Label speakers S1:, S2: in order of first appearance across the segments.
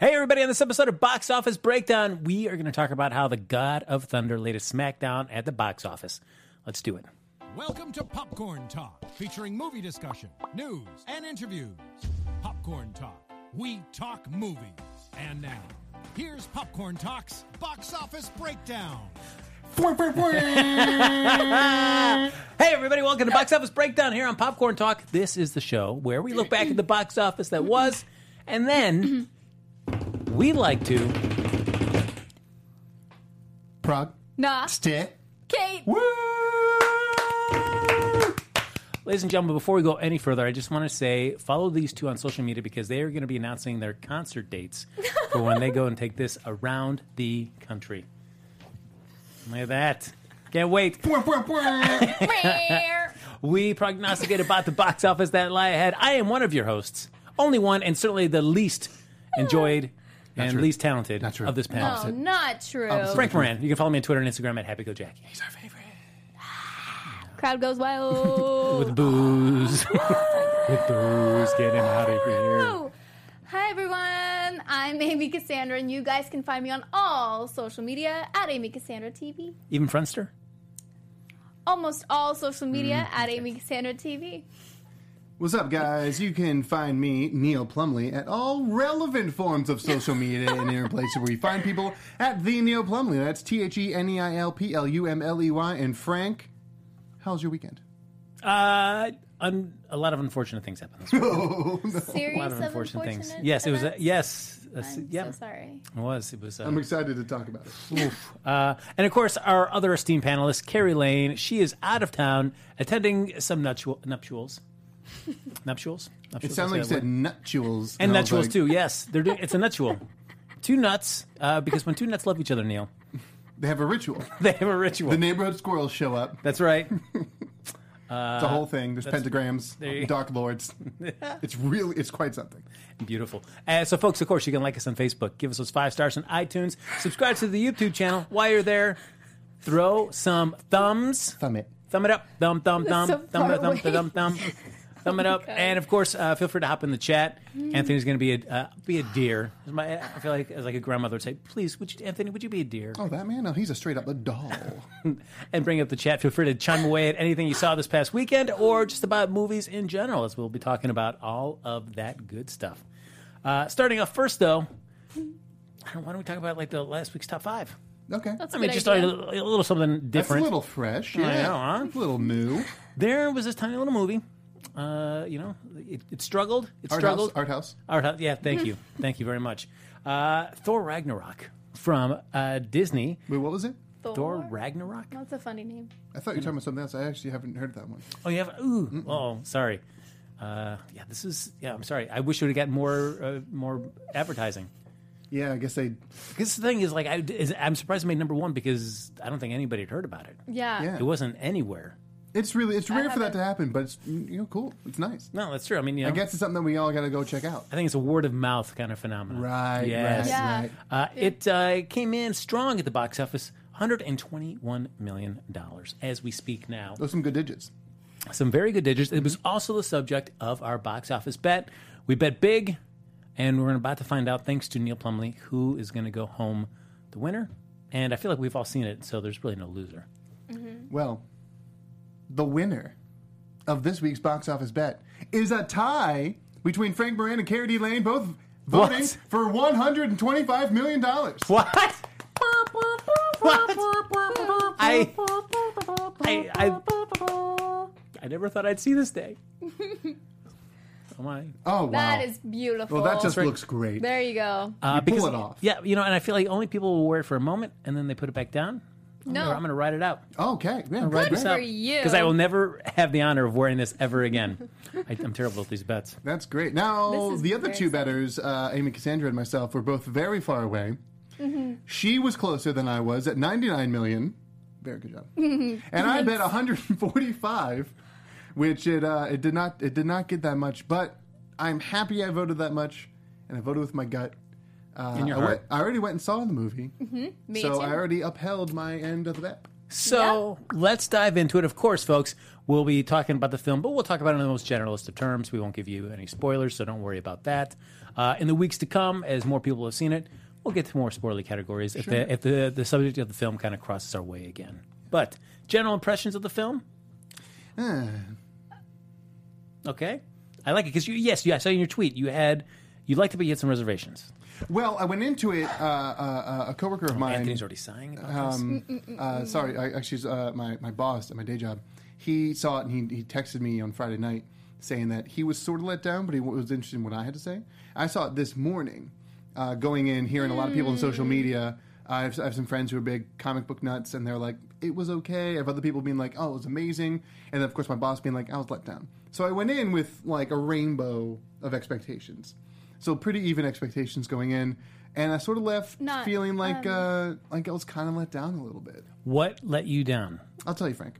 S1: Hey, everybody, on this episode of Box Office Breakdown, we are going to talk about how the God of Thunder laid a smackdown at the box office. Let's do it.
S2: Welcome to Popcorn Talk, featuring movie discussion, news, and interviews. Popcorn Talk, we talk movies. And now, here's Popcorn Talk's box office breakdown.
S1: Hey, everybody, welcome to Box Office Breakdown here on Popcorn Talk. This is the show where we look back at the box office that was, and then we like to
S3: Prague.
S4: Nah,
S3: Stit.
S4: Kate.
S1: Ladies and gentlemen, before we go any further, I just want to say follow these two on social media because they are going to be announcing their concert dates for when they go and take this around the country. Look at that. Can't wait. We prognosticate about the box office that lie ahead. I am one of your hosts, only one, and certainly the least enjoyed and
S3: true.
S1: least talented
S3: Not true.
S1: of this panel.
S4: Oh, not true.
S1: Frank Moran. You can follow me on Twitter and Instagram at Happy Go Jackie.
S3: He's our favorite.
S4: Crowd goes wild.
S1: With booze. With booze. Get him out of here.
S4: Woo! Hi everyone, I'm Amy Cassandra, and you guys can find me on all social media at Amy Cassandra TV.
S1: Even Friendster?
S4: Almost all social media
S1: Mm,
S4: at Amy Cassandra TV.
S3: What's up, guys? You can find me, Neil Plumley, at all relevant forms of social media and in places where you find people at the Neil Plumley. That's T H E N E I L P L U M L E Y. And Frank, how's your weekend?
S1: Uh, un- a lot of unfortunate things happened. This week.
S4: Series
S1: A lot of
S4: of
S1: unfortunate
S4: unfortunate
S1: things. Yes, it was. A,
S4: events.
S1: yes, that's-
S4: I'm
S1: yeah,
S4: so sorry.
S1: it was. It was. Uh,
S3: I'm excited to talk about it.
S1: oof. Uh, and of course, our other esteemed panelist, Carrie Lane. She is out of town attending some nuptial- nuptials. nuptials. Nuptials.
S3: It sounded like you said nuptials.
S1: and
S3: I was
S1: nuptials
S3: like,
S1: too. Yes, they're doing. It's a nuptial. Two nuts, uh, because when two nuts love each other, Neil,
S3: They have a ritual.
S1: they have a ritual.
S3: The neighborhood squirrels show up.
S1: that's right.
S3: It's a whole thing. There's pentagrams,
S1: Uh-huh. you-
S3: dark lords. it's really, it's quite something.
S1: Beautiful. Uh, so, folks, of course, you can like us on Facebook, give us those five stars on iTunes, subscribe to the YouTube channel. While you're there, throw some thumbs.
S3: Thumb it.
S1: Thumb it up. Thumb, thumb, thumb,
S4: That's so
S1: thumb,
S4: far
S1: thumb, thumb, thumb,
S4: away.
S1: thumb. Thumb it up.
S4: God.
S1: And, of course, uh, feel free to hop in the chat.
S4: Mm.
S1: Anthony's going to be a uh, be a deer. As my, I feel like as like a grandmother would say, please, would you, Anthony, would you be a deer?
S3: Oh, that man? No, he's a straight up a doll.
S1: And bring up the chat. Feel free to chime away at anything you saw this past weekend or just about movies in general, as we'll be talking about all of that good stuff. Uh, starting off first, though, I don't- why don't we talk about like the last week's top five?
S3: Okay.
S4: That's
S1: I
S4: a
S1: mean,
S4: good
S1: just
S4: idea.
S1: a, a little something
S3: That's a
S1: different.
S3: little fresh. Yeah.
S1: know, huh?
S3: A little new.
S1: There was this tiny little movie. Uh, you know, it, it struggled. It
S3: Art
S1: struggled.
S3: house. Art house.
S1: Art house. Yeah, thank you, thank you very much. Uh, Thor Ragnarok from uh, Disney.
S3: Wait, what was it?
S1: Thor Ragnarok.
S4: That's a funny name.
S3: I thought you were talking about something else. I actually haven't heard that one.
S1: Oh, you have. Ooh. Oh, sorry. Uh, yeah, this is. Yeah, I'm sorry. I wish it would have gotten more uh, more advertising.
S3: Yeah, I guess they.
S1: Because the thing is, like, I, is, I'm surprised it made number one because I don't think anybody had heard about it.
S4: Yeah.
S3: Yeah.
S1: It wasn't anywhere.
S3: It's really it's rare for that
S4: haven't.
S3: to happen, but it's you know cool. It's nice.
S1: No, that's true. I mean, you know,
S3: I guess it's something that we all got to go check out.
S1: I think it's a word of mouth kind of phenomenon.
S3: Right.
S1: Yes.
S3: Right.
S4: Yeah.
S3: Right.
S1: Uh, it uh, came in strong at the box office, 121 million dollars as we speak now.
S3: Those are some good digits.
S1: Some very good digits. It was also the subject of our box office bet. We bet big, and we're about to find out, thanks to Neil Plumley, who is going to go home the winner. And I feel like we've all seen it, so there's really no loser.
S3: Well, the winner of this week's box office bet is a tie between Frank Moran and Carrie D. Lane, both voting
S1: What?
S3: for one hundred and twenty-five million dollars.
S1: What? What? I, I, I, I never thought I'd see this day. oh my.
S3: Oh wow!
S4: That is beautiful.
S3: well, that just looks great.
S4: There you go.
S1: Uh,
S3: You pull it off.
S1: Yeah, you know, and I feel like only people will wear it for a moment and then they put it back down. I'm
S4: No.
S1: gonna- I'm going to write it out.
S3: Okay. Yeah,
S1: Write
S3: great.
S1: this
S4: Oh. for
S1: out.
S4: you.
S1: Because I will never have the honor of wearing this ever again. I, I'm terrible at these bets.
S3: That's great. Now,
S4: This is
S3: the other
S4: very
S3: two
S4: exciting.
S3: betters, uh, Amy Cassandra and myself, were both very far away.
S4: Mm-hmm.
S3: She was closer than I was at 99 million. Very good job. and I bet 145, which it uh, it did not it did not get that much, but I'm happy I voted that much, and I voted with my gut. Uh,
S1: In your
S3: I, went-
S1: heart.
S3: I already went and saw the movie,
S4: Mm-hmm. Me
S3: so
S4: too.
S3: I already upheld my end of the bet.
S1: So let's dive into it. Of course, folks, we'll be talking about the film, but we'll talk about it in the most generalist of terms. We won't give you any spoilers, so don't worry about that. Uh, in the weeks to come, as more people have seen it, we'll get to more spoilery categories if, the, if the, the subject of the film kind of crosses our way again. But general impressions of the film? Okay. I like it because you, yes, you, I saw in your tweet you had, you liked it, but you had some reservations.
S3: Well, I went into it. Uh, uh, uh, a coworker of mine.
S1: Anthony's already sighing about this.
S3: uh, sorry, I, actually, it's, uh, my my boss at my day job. He saw it and he, he texted me on Friday night saying that he was sort of let down, but he was interested in what I had to say. I saw it this morning, uh, going in, hearing a lot of people on social media. I have, I have some friends who are big comic book nuts, and they're like, "It was okay." I have other people being like, "Oh, it was amazing," and then of course my boss being like, "I was let down." So I went in with like a rainbow of expectations, so pretty even expectations going in, and I sort of left
S4: Not,
S3: feeling like uh, like I was kind of let down a little bit.
S1: What let you down?
S3: I'll tell you, Frank.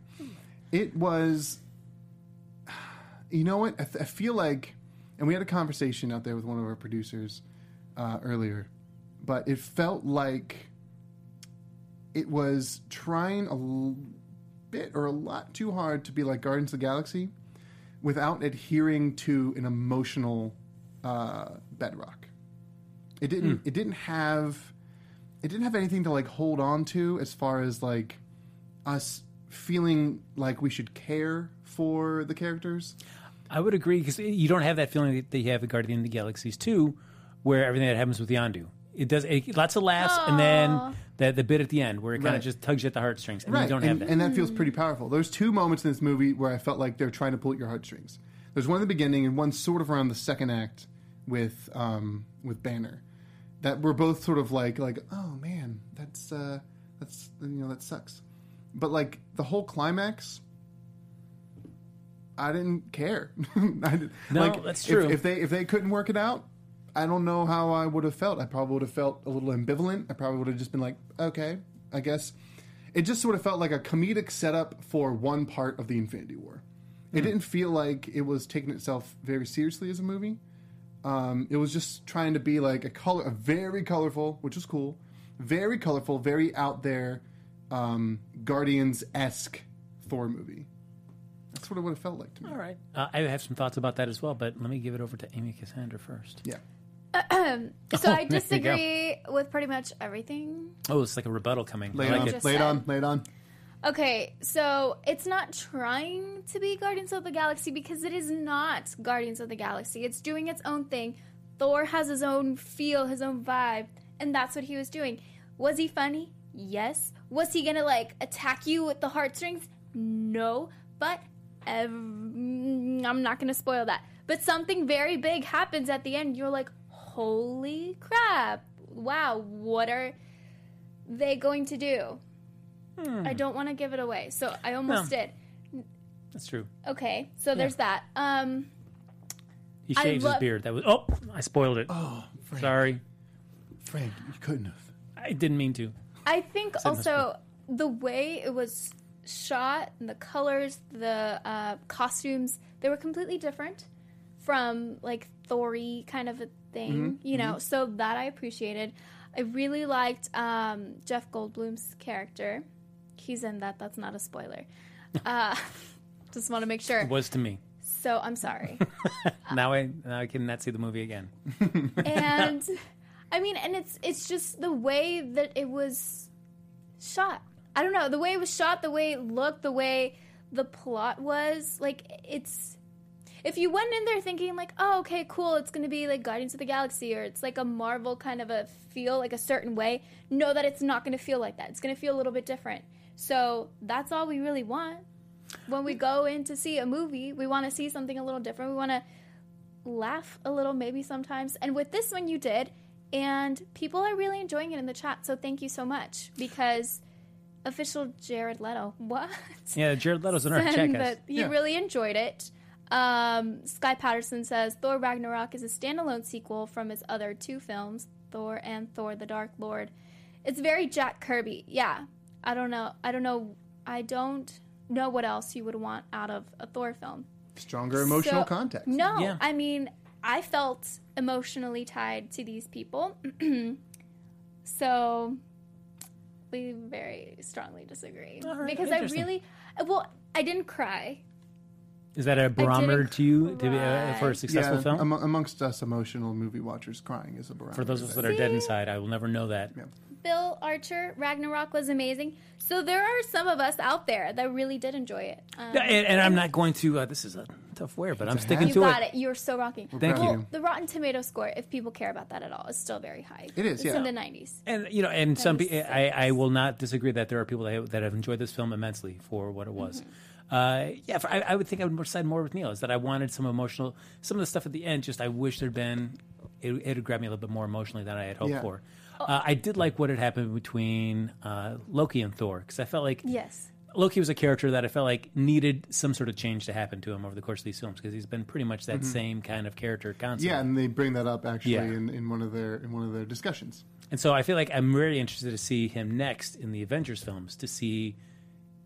S3: It was. You know what? I, th- I feel like, and we had a conversation out there with one of our producers uh, earlier, but it felt like it was trying a l- bit or a lot too hard to be like Guardians of the Galaxy without adhering to an emotional uh, bedrock. It didn't. It didn't have. It didn't have anything to like hold on to as far as like us feeling like we should care for the characters.
S1: I would agree because you don't have that feeling that you have in Guardian of the Galaxies 2, where everything that happens with Yondu. It does it, lots of laughs, and then the, the bit at the end where it kind
S3: Right.
S1: of just tugs you at the heartstrings, and you don't
S3: and,
S1: have that.
S3: and that feels pretty powerful. There's two moments in this movie where I felt like they're trying to pull at your heartstrings. There's one in the beginning and one sort of around the second act with um, with Banner. That we're both sort of like like oh man that's uh, that's you know that sucks, but like the whole climax. I didn't care. I did,
S1: No,
S3: like,
S1: that's
S3: if-
S1: true.
S3: If, they if they couldn't work it out, I don't know how I would have felt. I probably would have felt a little ambivalent. I probably would have just been like, okay, I guess. It just sort of felt like a comedic setup for one part of the Infinity War. It
S1: Hmm.
S3: didn't feel like it was taking itself very seriously as a movie. Um, it was just trying to be like a color, a very colorful, which was cool, very colorful, very out there, um, Guardians esque Thor movie. That's sort of what it felt like to me.
S1: All right, uh, I have some thoughts about that as well, but let me give it over to Amy Cassandra first.
S3: Yeah.
S4: So I
S1: there you go.
S4: disagree with pretty much everything
S1: Oh, it's like a rebuttal coming.
S3: Lay
S1: I
S3: it
S1: like
S3: on.
S1: it.
S4: just
S3: Lay it
S4: said.
S3: on. Lay it on.
S4: Okay, so it's not trying to be Guardians of the Galaxy because it is not Guardians of the Galaxy. It's doing its own thing. Thor has his own feel, his own vibe, and that's what he was doing. Was he funny? Yes. Was he gonna like attack you with the heartstrings? No. But ev- mm, I'm not gonna spoil that. But something very big happens at the end. You're like, holy crap! Wow, what are they going to do? I don't want to give it away, so I almost
S1: No.
S4: did.
S1: That's true.
S4: Okay, so there's that. Um,
S1: He
S4: I
S1: shaves
S4: love-
S1: his beard. That was oh, I spoiled it. Oh, sorry,
S3: Frank, you couldn't have.
S1: I didn't mean to.
S4: I think
S1: must
S4: also the way it was shot, and the colors, the uh, costumes, they were completely different from like Thory kind of a thing, you know. So that I appreciated. I really liked um, Jeff Goldblum's character. He's in that. That's not a spoiler. Uh, just want to make sure.
S1: It was to me.
S4: So I'm sorry.
S1: Now I now I cannot see the movie again.
S4: and I mean, and it's it's just the way that it was shot. I don't know the way it was shot, the way it looked, the way the plot was. Like it's if you went in there thinking like, oh, okay, cool, it's gonna be like Guardians of the Galaxy or it's like a Marvel kind of a feel, like a certain way. Know that it's not gonna feel like that. It's gonna feel a little bit different. So that's all we really want. When we go in to see a movie, we want to see something a little different. We want to laugh a little maybe sometimes. And with this one, you did. And people are really enjoying it in the chat. So thank you so much because official Jared Leto, what?
S1: Yeah, Jared Leto's in our check.
S4: And
S1: us.
S4: that he
S3: Yeah.
S4: really enjoyed it. Um, Sky Patterson says Thor Ragnarok is a standalone sequel from his other two films, Thor and Thor the Dark Lord. It's very Jack Kirby. Yeah. I don't know. I don't know. I don't know what else you would want out of a Thor film.
S3: Stronger emotional
S4: So-
S3: context.
S4: No,
S1: Yeah.
S4: I mean, I felt emotionally tied to these people. so we very strongly disagree
S1: All right,
S4: because I
S1: interesting.
S4: really well I didn't cry.
S1: Is that a barometer to you to be, uh,
S4: cry.
S1: for a successful film?
S3: amo- amongst us emotional movie watchers, crying is a barometer.
S1: for those of us that are dead
S4: See?
S1: inside, I will never know that.
S4: Bill Archer Ragnarok was amazing. So there are some of us out there that really did enjoy it. Um,
S1: Yeah, and, and I'm not going to. Uh, this is a tough wear, but I'm sticking
S4: you
S1: to
S4: got
S1: it.
S4: it. You're so rocking.
S1: Thank
S4: well,
S3: you.
S4: The Rotten Tomato score, if people care about that at all, is still very high.
S3: It is,
S4: It's
S3: yeah.
S4: in the 90s.
S1: And you know, and some
S4: is
S1: pe- I, I will not disagree that there are people that have, that have enjoyed this film immensely for what it was. Uh, yeah, for, I, I would think I would side more with Neil is that I wanted some emotional, some of the stuff at the end. Just I wish there'd been it, it had grabbed me a little bit more emotionally than I had hoped
S3: Yeah.
S1: for. Uh, I did like what had happened between uh, Loki and Thor because I felt like
S4: Yes.
S1: Loki was a character that I felt like needed some sort of change to happen to him over the course of these films because he's been pretty much that same kind of character constantly.
S3: Mm-hmm. yeah, and they bring that up actually
S1: Yeah.
S3: in, in one of their in one of their discussions.
S1: And so I feel like I'm really interested to see him next in the Avengers films to see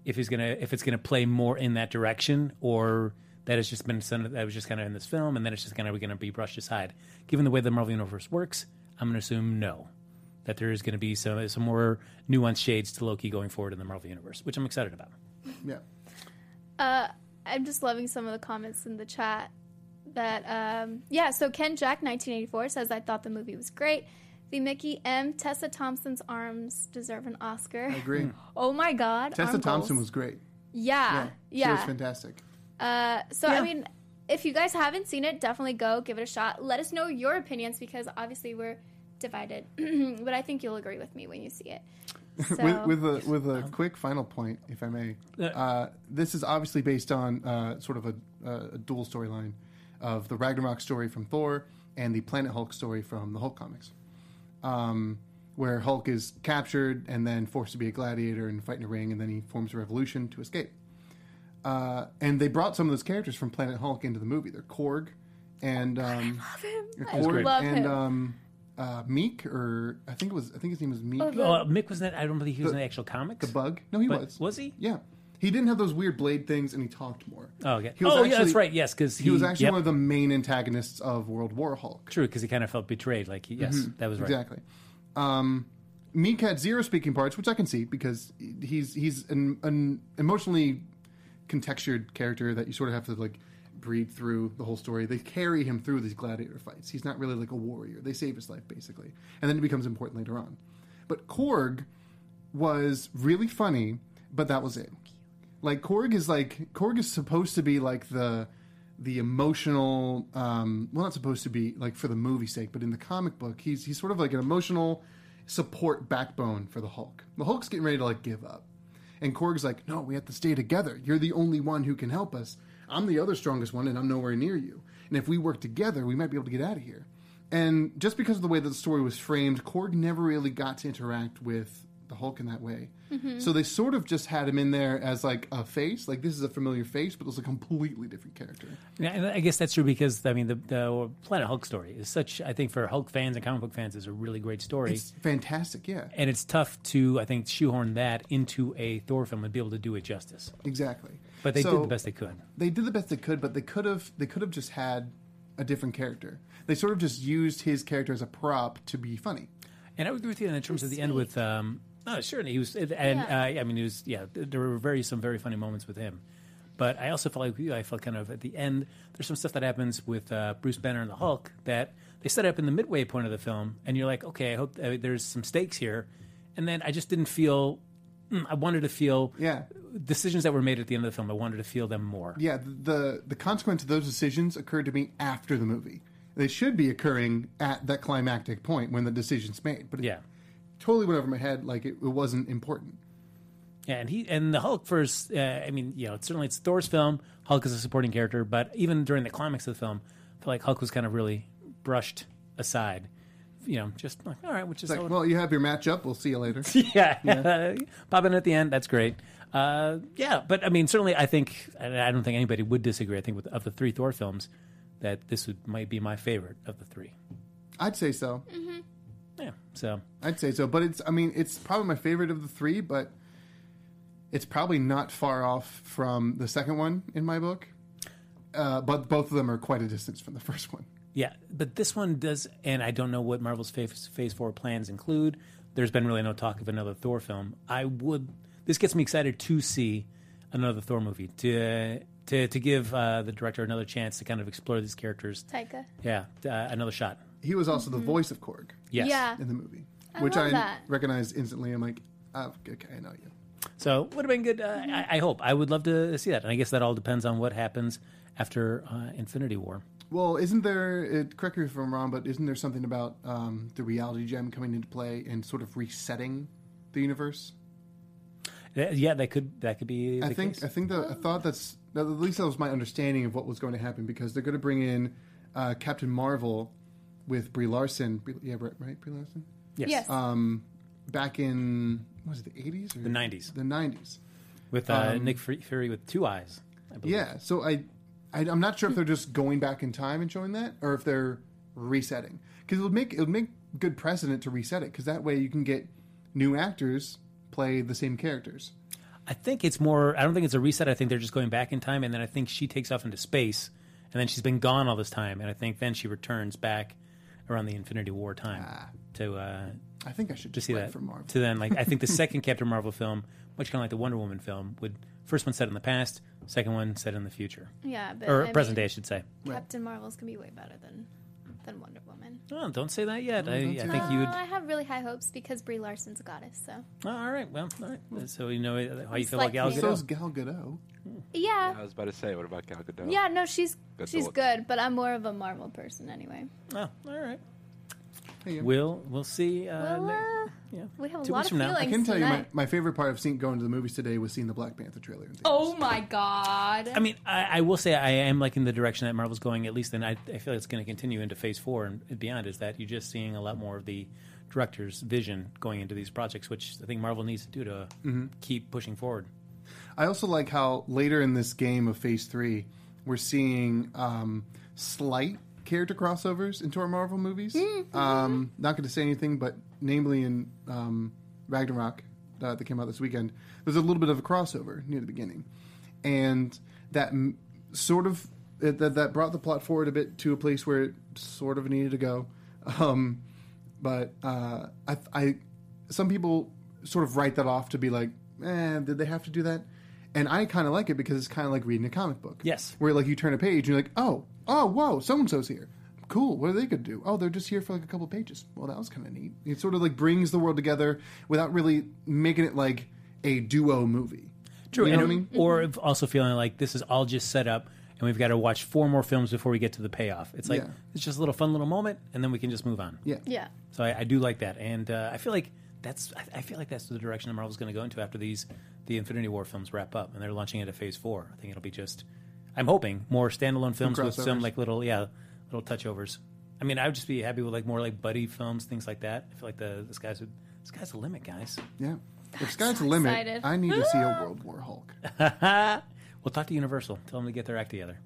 S1: if he's gonna if it's gonna play more in that direction or that has just been some- that was just kind of in this film and then it's just kind of gonna be brushed aside. Given the way the Marvel universe works, I'm gonna assume no, that there is gonna be some some more nuanced shades to Loki going forward in the Marvel universe, which I'm excited about.
S3: Yeah,
S4: I'm just loving some of the comments in the chat. That um, yeah, so Ken Jack 1984 says I thought the movie was great. The Mickey M. Tessa Thompson's arms deserve an Oscar.
S3: I
S1: Hmm.
S3: agree.
S4: Oh my God,
S3: Tessa
S4: arm
S3: Thompson
S4: goals.
S3: was great.
S4: yeah,
S3: she
S4: Uh, yeah.
S3: was fantastic.
S4: Uh, so I mean, if you guys haven't seen it, definitely go give it a shot. Let us know your opinions because obviously we're divided, but I think you'll agree with me when you see it. So,
S3: With, with a with a
S4: Um,
S3: quick final point, if I may,
S1: Yeah.
S3: uh, this is obviously based on uh, sort of a, a dual storyline of the Ragnarok story from Thor and the Planet Hulk story from the Hulk comics, um, where Hulk is captured and then forced to be a gladiator and fight in a ring, and then he forms a revolution to escape. Uh, and they brought some of those characters from Planet Hulk into the movie. They're Korg and um,
S4: I
S3: Korg
S4: love
S3: and
S4: him.
S3: um, uh, Meek, or I think it was I think his name was Meek.
S4: Oh, the-
S1: Oh, Mick was not. I don't believe he was in the actual comics.
S3: The bug? No, he
S1: But
S3: was.
S1: was he?
S3: Yeah. He didn't have those weird blade things, and he talked more.
S1: Oh, okay.
S3: He was
S1: oh, yeah, that's
S3: actually-
S1: right. Yes, because he,
S3: He, was actually
S1: yep,
S3: one of the main antagonists of World War Hulk.
S1: true because he kind of felt betrayed. Like, he, yes,
S3: Mm-hmm.
S1: that was right.
S3: Exactly. Um, Meek had zero speaking parts, which I can see because he's he's an, an emotionally contextured character that you sort of have to like breathe through the whole story. They carry him through these gladiator fights. He's not really like a warrior. They save his life basically, and then it becomes important later on. But Korg was really funny, but that was it. Like Korg is like Korg is supposed to be like the the emotional um well not supposed to be like for the movie's sake, but in the comic book he's he's sort of like an emotional support backbone for the Hulk. The Hulk's getting ready to like give up. And Korg's like, "No, we have to stay together. You're the only one who can help us. I'm the other strongest one and I'm nowhere near you. And if we work together, we might be able to get out of here." And just because of the way that the story was framed, Korg never really got to interact with the Hulk in that way. So they sort of just had him in there as like a face, like this is a familiar face, but it was a completely different character.
S1: Yeah, and I guess that's true because I mean the, the Planet Hulk story is such I think for Hulk fans and comic book fans is a really great story,
S3: It's fantastic, yeah,
S1: and it's tough to I think shoehorn that into a Thor film and be able to do it justice.
S3: exactly.
S1: But they did
S3: So-
S1: the best they could.
S3: They did the best they could, but they could have they could have just had a different character. They sort of just used his character as a prop to be funny.
S1: And I would agree with you in terms of the end with um, no, certainly he was, and uh, I mean he was yeah. th- There were very some very funny moments with him, but I also felt like you, I felt kind of at the end. There's some stuff that happens with uh, Bruce Banner and the Hulk that they set up in the midway point of the film, and you're like, okay, I hope uh, there's some stakes here, and then I just didn't feel. mm, I wanted to feel
S3: Yeah.
S1: decisions that were made at the end of the film. I wanted to feel them more.
S3: Yeah, the the consequence of those decisions occurred to me after the movie. They should be occurring at that climactic point when the decision's made, but it
S1: Yeah.
S3: totally went over my head. Like it, it wasn't important.
S1: Yeah, and he and the Hulk first. Uh, I mean, you know, it's, certainly it's Thor's film. Hulk is a supporting character, but even during the climax of the film, I feel like Hulk was kind of really brushed aside. You know, just like all right, which is
S3: It's
S1: how
S3: like,
S1: it-
S3: well, you have your matchup. We'll see you later.
S1: yeah, pop in at the end. That's great. Uh, yeah, but I mean, certainly, I think and I don't think anybody would disagree. I think with of the three Thor films, that this would might be my favorite of the three.
S3: I'd say so.
S1: Yeah, so
S3: I'd say so. But it's, I mean, it's probably my favorite of the three, but it's probably not far off from the second one in my book. Uh, but both of them are quite a distance from the first one.
S1: Yeah, but this one does, and I don't know what Marvel's phase, phase four plans include. There's been really no talk of another Thor film. I would. This gets me excited to see another Thor movie to to to give uh, the director another chance to kind of explore these characters.
S4: Taika.
S1: Yeah, uh, another shot.
S3: He was also the voice of Korg
S1: Yes.
S4: Yeah.
S3: in the movie, which
S4: love
S3: I
S4: that.
S3: recognized instantly. I'm like, oh, okay, I know you.
S1: So would have been good. Uh,
S4: Mm-hmm.
S1: I, I hope. I would love to see that, and I guess that all depends on what happens after uh, Infinity War.
S3: Well, isn't there? It, correct me if I'm wrong, but isn't there something about um, the reality gem coming into play and sort of resetting the universe?
S1: Uh, Yeah, that could that could be. The
S3: I think uh,
S1: case.
S3: I think that I thought that's that- at least that was my understanding of what was going to happen because they're going to bring in uh, Captain Marvel with Brie Larson. Brie, yeah, right, right, Brie Larson.
S1: yes.
S4: Yes.
S3: Um, back in what was it the 80s or
S1: The 90s.
S3: The 90s.
S1: with uh,
S3: Um,
S1: Nick Fu- Fury with two eyes. I believe.
S3: Yeah. So I, I I'm not sure if they're just going back in time and showing that, or if they're resetting. Because it would make it would make good precedent to reset it. Because that way you can get new actors play the same characters.
S1: I think it's more. I don't think it's a reset. I think they're just going back in time, and then I think she takes off into space, and then she's been gone all this time, and I think then she returns back around the Infinity War time to uh,
S3: I think I should
S1: to
S3: just
S1: see
S3: write
S1: that.
S3: for Marvel.
S1: To then, like I think the second Captain Marvel film, much kind of like the Wonder Woman film, would first one set in the past, second one set in the future
S4: Yeah, but
S1: or
S4: I
S1: present
S4: mean,
S1: day, I should say.
S4: Captain Marvel's gonna be way better than than Wonder Woman.
S1: Oh, don't say that yet. I, I think
S4: Uh,
S1: you would.
S4: I have really high hopes because Brie Larson's a goddess. So
S1: Oh, all right. Well, all right. So you know uh, how you feel
S4: like
S1: like Gal
S4: me.
S1: Gadot.
S3: So is Gal Gadot.
S4: yeah,
S5: I was about to say, what about Gal Gadot?
S4: yeah, no, she's
S5: Good
S4: she's
S5: thought.
S4: good, but I'm more of a Marvel person anyway.
S1: Oh, all right.
S3: Hey,
S1: We'll we'll see. Uh,
S4: Well,
S1: ne-
S4: uh,
S1: yeah.
S4: we have a
S1: Two
S4: lot
S1: weeks
S4: of
S1: from now.
S4: feelings
S1: I
S3: I can tell you my,
S4: tonight.
S3: my favorite part of seeing going to the movies today was seeing the Black Panther trailer. In theaters.
S4: Oh my god!
S1: I mean, I, I will say I am liking the direction that Marvel's going. At least, and I, I feel it's going to continue into Phase Four and beyond. Is that you're just seeing a lot more of the director's vision going into these projects, which I think Marvel needs to do to
S3: Mm-hmm.
S1: keep pushing forward.
S3: I also like how later in this game of Phase Three, we're seeing um, slight character crossovers into our Marvel movies. Um, not going to say anything, but namely in um, Ragnarok uh, that came out this weekend, there's a little bit of a crossover near the beginning, and that m- sort of it, that that brought the plot forward a bit to a place where it sort of needed to go. Um, but uh, I, I, some people sort of write that off to be like, eh, did they have to do that? And I kind of like it because it's kind of like reading a comic book.
S1: Yes.
S3: where like you turn a page and you're like, oh, oh, whoa, so and so's here. Cool. What are they going to do? Oh, they're just here for like a couple pages. Well, that was kind of neat. It sort of like brings the world together without really making it like a duo movie. You know
S1: and-
S3: what I mean?
S1: Or if also feeling like this is all just set up, and we've got to watch four more films before we get to the payoff. It's like
S3: Yeah.
S1: it's just a little fun little moment, and then we can just move on.
S3: Yeah.
S4: yeah,
S1: So I, I do like that, and uh, I feel like that's I- I feel like that's the direction that Marvel's going to go into after these the Infinity War films wrap up, and they're launching into Phase Four. I think it'll be just I'm hoping more standalone films with some
S3: crossovers.
S1: like little yeah little touchovers. I mean, I would just be happy with like more like buddy films, things like that. I feel like the the sky's the sky's the limit, guys.
S3: Yeah. If Sky's the limit,
S4: excited. Ah!
S3: I need to see a World War Hulk.
S1: We'll talk to Universal, tell them to get their act together.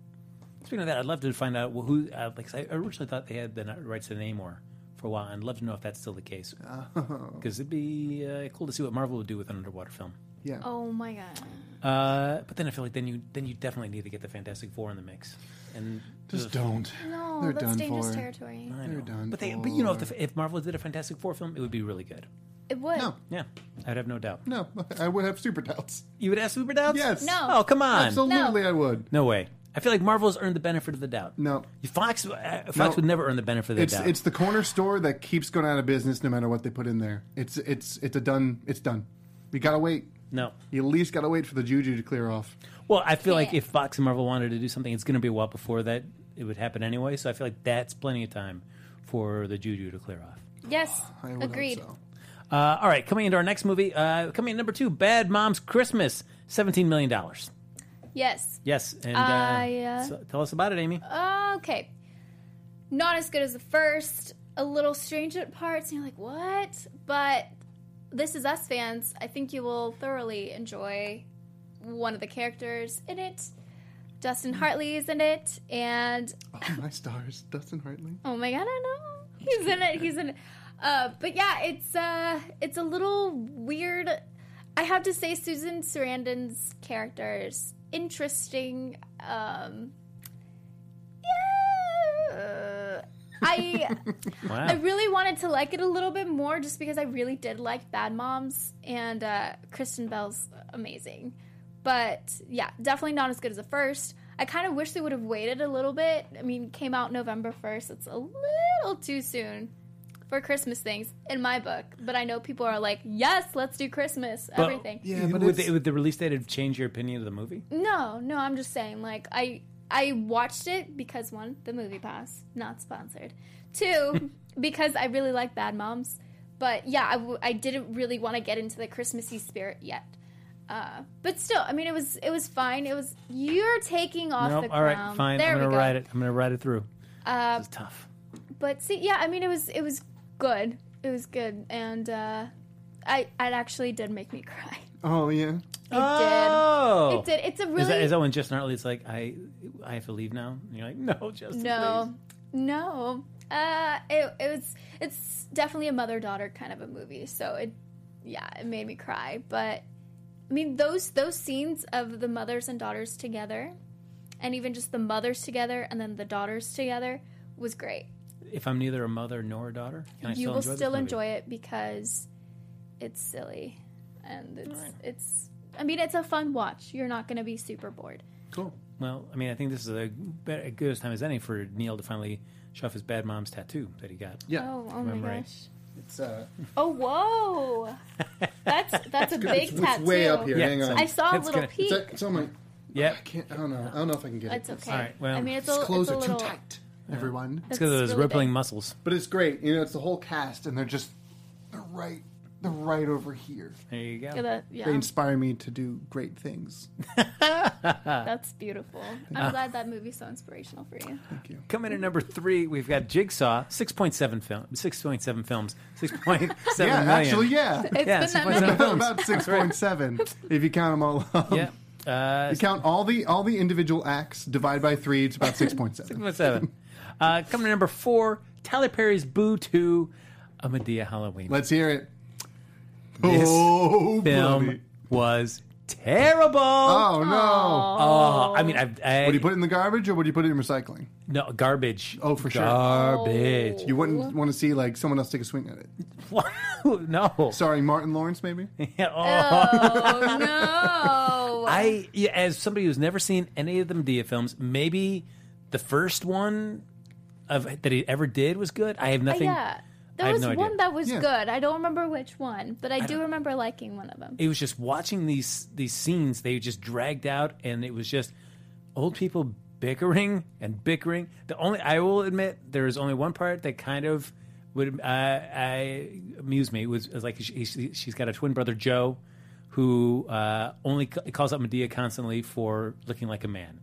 S1: Speaking of that, I'd love to find out who. Uh, like 'cause I originally thought they had the rights to Namor for a while, and I'd love to know if that's still the case.
S3: Oh.
S1: Because it'd be uh, cool to see what Marvel would do with an underwater film.
S3: Yeah.
S4: oh my god!
S1: Uh, but then I feel like then you then you definitely need to get the Fantastic Four in the mix. And
S3: Just don't.
S4: No,
S3: They're
S4: that's
S3: done
S4: dangerous
S3: for.
S4: territory.
S1: I
S3: They're
S1: know.
S3: done
S1: But they, but you know, if,
S3: for.
S1: the, if Marvel did a Fantastic Four film, it would be really good.
S4: It would.
S3: No,
S1: Yeah, I'd have no doubt.
S3: no, I would have super doubts.
S1: You would have super doubts?
S3: Yes.
S4: No.
S1: Oh come on!
S3: Absolutely,
S4: No.
S3: I would.
S1: No way. I feel like Marvel's earned the benefit of the doubt.
S3: No.
S1: Fox uh, Fox
S3: No.
S1: would never earn the benefit of the
S3: It's
S1: doubt.
S3: it's the corner store that keeps going out of business no matter what they put in there. It's it's it's a done. It's done. You gotta wait.
S1: no.
S3: You at least gotta wait for the juju to clear off.
S1: Well, I feel like
S4: Yeah.
S1: if Fox and Marvel wanted to do something, it's going to be a while before that it would happen anyway. So I feel like that's plenty of time for the juju to clear off.
S4: Yes,
S3: I would hope
S4: agreed.
S3: so.
S1: Uh, all right, coming into our next movie, uh, coming in number two, Bad Moms Christmas, seventeen million dollars.
S4: Yes.
S1: Yes, and uh,
S4: Uh, yeah.
S1: so- tell us about it, Amy.
S4: okay. Not as good as the first. A little strange at parts, and you're like, what? But this is us fans. I think you will thoroughly enjoy one of the characters in it. Justin Hartley is in it, and
S3: Oh my stars, Dustin Hartley.
S4: oh my god, I know he's in it. He's in it. Uh, but yeah, it's uh, it's a little weird. I have to say, Susan Sarandon's character is interesting. Um, yeah, I
S1: Wow.
S4: I really wanted to like it a little bit more just because I really did like Bad Moms and uh, Kristen Bell's amazing. But yeah, definitely not as good as the first. I kind of wish they would have waited a little bit. I mean, came out November 1st. It's a little too soon for Christmas things in my book. But I know people are like, yes, let's do Christmas,
S1: But-
S4: everything.
S3: Yeah, but
S1: would,
S3: it's-
S1: the, would the release date have changed your opinion of the movie?
S4: No, no, I'm just saying, like, I I watched it because one, the movie pass, not sponsored. Two, because I really like Bad Moms. But yeah, I, w- I didn't really want to get into the Christmassy spirit yet. Uh, but still, I mean, it was it was fine. It was you're taking off
S1: nope.
S4: the
S1: All right,
S4: crown.
S1: fine.
S4: There
S1: I'm
S4: we
S1: gonna
S4: go. Uh,
S1: ride it. I'm gonna ride it through. this is tough.
S4: But see, yeah, I mean, it was it was good. It was good, and uh, I it actually did make me cry.
S3: Oh yeah.
S4: It
S1: oh,
S4: did. It did. It's a really
S1: Is that, is that when Justin Hartley's like, I, I have to leave now? And you're like, No, Justin.
S4: No, no. Uh, it, it was. It's definitely a mother daughter kind of a movie. So it, yeah, it made me cry. But I mean, those those scenes of the mothers and daughters together, and even just the mothers together and then the daughters together was great.
S1: please. If I'm neither a mother nor a daughter, can I
S4: you
S1: still
S4: will
S1: enjoy
S4: still
S1: this movie?
S4: enjoy it because it's silly and it's it's. I mean, it's a fun watch. You're not going to be super bored.
S3: Cool.
S1: Well, I mean, I think this is a, be- a good as time as any for Neil to finally shove his bad mom's tattoo that he got.
S3: Yeah.
S4: Oh, oh my
S1: Remembering.
S4: gosh.
S3: It's uh.
S4: Oh, whoa! That's that's a big
S3: It's, it's
S4: tattoo.
S3: way up here.
S1: Yeah,
S3: Hang
S1: it's
S3: on.
S4: I saw a
S1: It's
S4: little
S1: gonna-
S3: It's,
S4: peek.
S3: uh, it's on my.
S1: Yep.
S3: I can't. I don't know. I don't know if I can get
S4: It's
S3: it.
S4: okay.
S1: All right, well,
S4: I mean, it's a,
S3: These
S4: it's a
S3: clothes
S4: little.
S3: are too tight. Everyone.
S1: It's because of those
S4: That's really
S1: rippling
S4: big.
S1: muscles.
S3: But it's great. You know, it's the whole cast, and they're just they're right. They're right over here.
S1: There you go.
S4: Look at that.
S3: They
S4: Yeah,
S3: inspire me to do great things.
S4: that's beautiful.
S3: Ah.
S4: I'm glad that movie's so inspirational for you.
S3: Thank you.
S1: Coming in at number three, we've got Jigsaw, 6.7 film, 6.7 films, six point seven
S3: Yeah,
S1: million.
S3: actually, yeah.
S4: It's
S1: Yeah,
S4: been that
S1: it's-
S4: many.
S3: About six point seven, if you count them all up.
S1: Yeah. Uh,
S3: You count all the all the individual acts, divide by three, it's about six point seven.
S1: 6.7. uh, coming in at number four, Tyler Perry's Boo 2, A Medea Halloween.
S3: Let's hear it.
S1: This
S3: oh,
S1: film
S3: buddy.
S1: was terrible. Oh,
S3: Oh no!
S1: I mean, I've, I
S3: Would you put it in the garbage or would you put it in recycling?
S1: no garbage.
S3: Oh, for sure.
S1: garbage.
S3: You wouldn't want to see like someone else take a swing at it. Oh.
S1: no. Oh.
S3: Starring Martin Lawrence, maybe.
S1: Yeah, oh.
S4: Oh no! Oh,
S1: I, yeah, as somebody who's never seen any of the Medea films, maybe the first one of that he ever did was good. I have nothing.
S4: yeah,
S1: I
S4: there
S1: have
S4: was
S1: no idea.
S4: one that was
S3: Yeah.
S4: good. I don't remember which one, but I, do remember liking one of them.
S1: It was just watching these these scenes. They just dragged out, and it was just old people bickering and bickering. The only I will admit there is only one part that kind of would uh, I amused me was, was like she, she, she's got a twin brother Joe who uh, only ca- calls out Medea constantly for looking like a man.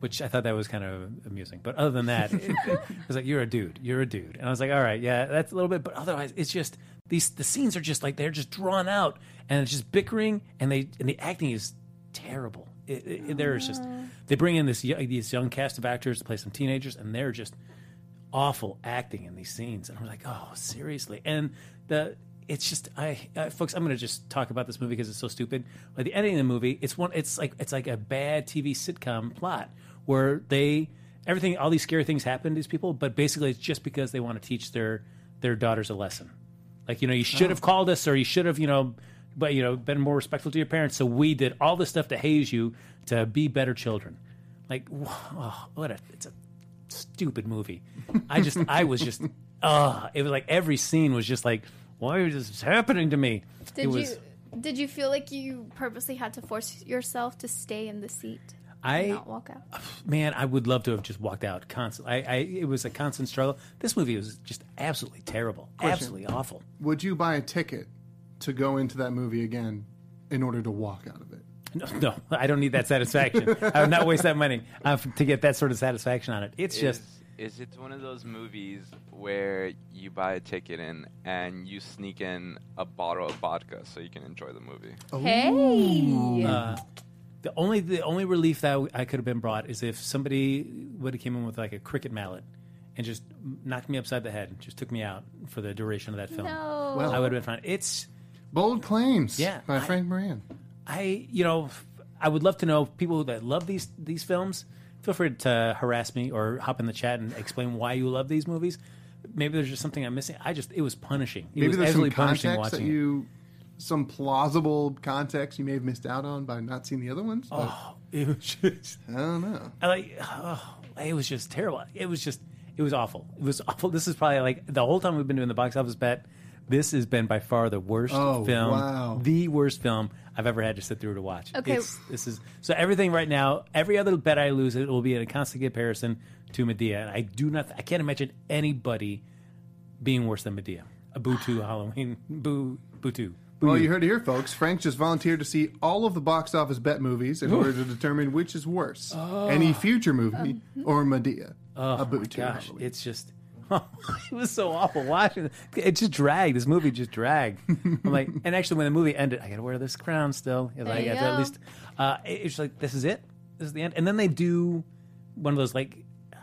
S1: Which I thought that was kind of amusing, but other than that, it, it was like you're a dude, you're a dude, and I was like, all right, yeah, that's a little bit, but otherwise, it's just these the scenes are just like they're just drawn out, and it's just bickering, and they and the acting is terrible. It, it, it- there is just they bring in this y- these young cast of actors to play some teenagers, and they're just awful acting in these scenes, and I'm like, oh, seriously. And the it's just I uh, folks, I'm gonna just talk about this movie because it's so stupid. Like the ending of the movie, it's one, it's like it's like a bad TV sitcom plot where they everything, all these scary things happen to these people, but basically it's just because they want to teach their their daughters a lesson. Like you know, you should have called us, or you should have you know, but you know, been more respectful to your parents. So we did all this stuff to haze you to be better children. Like wow, what a it's a stupid movie. I just, I was just, uh, it was like every scene was just like, why is this happening to me?
S4: Did
S1: it was,
S4: you did you feel like you purposely had to force yourself to stay in the seat?
S1: I-
S4: and not walk out.
S1: man, I would love to have just walked out constantly. I, I, it was a constant struggle. This movie was just absolutely terrible, absolutely awful.
S3: Would you buy a ticket to go into that movie again in order to walk out of it?
S1: No, no, I don't need that satisfaction. I would not waste that money uh, to get that sort of satisfaction on it. It's just,
S5: Is, is it one of those movies where you buy a ticket in and you sneak in a bottle of vodka so you can enjoy the movie?
S4: Oh.
S1: Oh,
S4: Hey,
S1: The only the only relief that I could have been brought is if somebody would have came in with like a cricket mallet and just knocked me upside the head, and just took me out for the duration of that film.
S4: no.
S1: I would have been fine. It's
S3: Bold claims.
S1: Yeah,
S3: By
S1: I-
S3: Frank Moran.
S1: I you know I would love to know people that love these these films feel free to harass me or hop in the chat and explain why you love these movies. Maybe there's just something I'm missing. I just it was punishing. It
S3: Maybe
S1: was
S3: there's some
S1: absolutely punishing
S3: context that
S1: watching. it.
S3: you, some plausible context you may have missed out on by not seeing the other ones. but
S1: It was just
S3: I don't know.
S1: I like oh, it was just terrible. It was just it was awful. It was awful. This is probably like the whole time we've been doing the box office bet. This has been by far the worst
S3: Oh,
S1: film,
S3: wow.
S1: the worst film I've ever had to sit through to watch.
S4: Okay.
S1: It's- this is so everything right now. Every other bet I lose, it will be in a constant comparison to Medea, and I do not. I can't imagine anybody being worse than Medea. A boo to Halloween, boo boo to. Boo
S3: Well,
S1: you.
S3: you heard it here, folks. Frank just volunteered to see all of the box office bet movies in order to determine which is worse, any future movie or Medea. Oh, a boot
S1: Oh. gosh, it's just oh, it was so awful watching it. It just dragged. This movie just dragged. I'm like, and actually, when the movie ended, I got to wear this crown still. There I
S4: you
S1: got to at
S4: go.
S1: least. Uh, it- it's like this is it. This is the end. And then they do one of those like,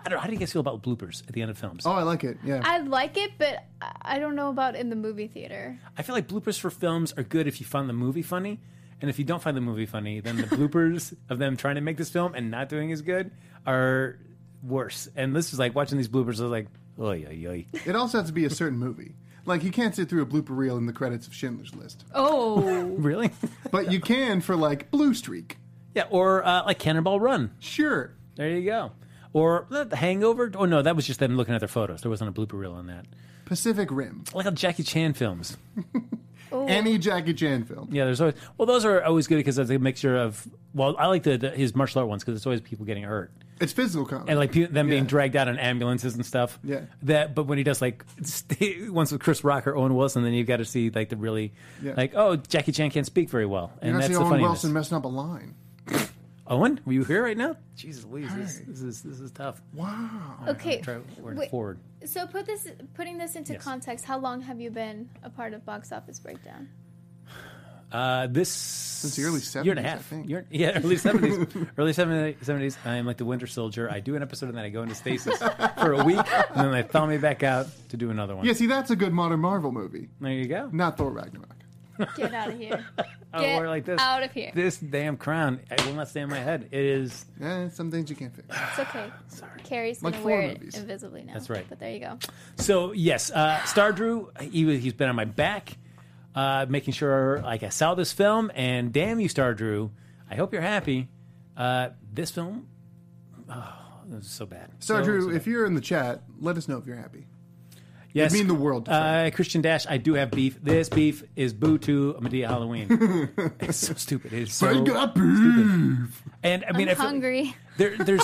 S1: I don't. know, How do you guys feel about bloopers at the end of films?
S3: oh, I like it. Yeah.
S4: I like it, but I- I don't know about in the movie theater.
S1: I feel like bloopers for films are good if you find the movie funny. And if you don't find the movie funny, then the bloopers of them trying to make this film and not doing as good are worse. And this is like watching these bloopers. I was like, oh yeah, yeah.
S3: it also has to be a certain movie. Like, you can't sit through a blooper reel in the credits of Schindler's List,
S4: Oh,
S1: Really?
S3: but you can for like Blue Streak.
S1: Yeah, or uh, like Cannonball Run.
S3: Sure.
S1: There you go. Or uh, The Hangover. Oh no, that was just them looking at their photos. There wasn't a blooper reel on that.
S3: Pacific Rim.
S1: Like how Jackie Chan films.
S3: Any Jackie Chan film.
S1: Yeah, there's always. Well, those are always good because it's a mixture of. Well, I like the, the his martial art ones because it's always people getting hurt
S3: It's physical comedy.
S1: and like pe- them being
S3: Yeah.
S1: dragged out on ambulances and stuff.
S3: Yeah.
S1: That, but when he does like st- ones with Chris Rock or Owen Wilson, then you've got to see like the really
S3: Yeah.
S1: like oh Jackie Chan can't speak very well, and
S3: You're not
S1: that's the
S3: seeing Owen
S1: funniness.
S3: Wilson messing up a line.
S1: Owen, were you here right now? Jesus Louise, this, this is this is tough.
S3: Wow.
S4: okay.
S1: Try we're
S4: Wait,
S1: forward.
S4: So put this, putting this into
S1: Yes.
S4: context. How long have you been a part of Box Office Breakdown?
S1: Uh, this since
S3: the early
S1: year and a
S3: 70s, I
S1: half.
S3: think.
S1: Year- yeah, early seventies, early seventies. I am like the Winter Soldier. I do an episode and then I go into stasis for a week, and then they throw me back out to do another one.
S3: Yeah, see, that's a good modern Marvel movie.
S1: There you go.
S3: Not Thor Ragnarok.
S4: Get out of here.
S1: Oh,
S4: Get
S1: we're like this.
S4: out of here.
S1: This damn crown, I will not stay on my head. It is.
S3: Eh, some things you can't fix.
S4: It's okay. Sorry. Carrie's gonna
S3: Like four
S4: wear
S3: movies.
S4: it invisibly now.
S1: That's right.
S4: But there you go.
S1: So yes, uh, Star Drew. He, was- he's been on my back, uh, making sure like I saw this film. And damn you, Star Drew. I hope you're happy. Uh, this film, oh, it was so bad. So,
S3: Star
S1: so
S3: Drew,
S1: bad.
S3: if you're in the chat, let us know if you're happy.
S1: Yes.
S3: mean the world to
S1: Uh, Christian Dash, I do have beef. This beef is boo to Medea Halloween. it's so stupid. It's so And I mean,
S4: I'm
S1: I feel-
S4: hungry.
S1: there, there's.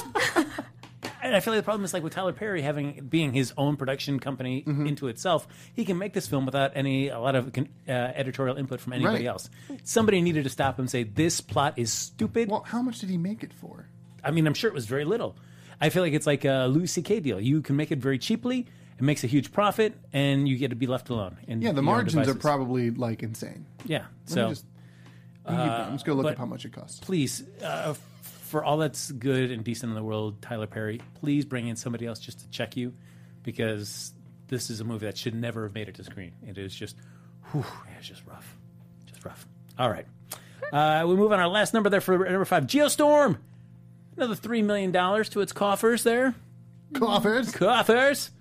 S1: And I feel like the problem is like with Tyler Perry having being his own production company
S3: Mm-hmm.
S1: into itself, he can make this film without any a lot of con- uh, editorial input from anybody
S3: Right.
S1: else. Somebody needed to stop him and say this plot is stupid.
S3: Well, how much did he make it for?
S1: I mean, I'm sure it was very little. I feel like it's like a Louis C.K. deal. You can make it very cheaply, it makes a huge profit, and you get to be left alone. And
S3: Yeah, the
S1: your own
S3: margins are
S1: devices.
S3: probably like insane.
S1: Yeah.
S3: Let
S1: So
S3: me just, I'm just go look
S1: but-
S3: up how much it costs.
S1: please, uh, f- for all that's good and decent in the world, Tyler Perry, please bring in somebody else just to check you, because this is a movie that should never have made it to screen. It is just, whew, it's just rough, just rough. All right, uh, we move on. Our last number there for number five, Geostorm. Another three million dollars to its coffers there
S3: Coffers.
S1: coffers.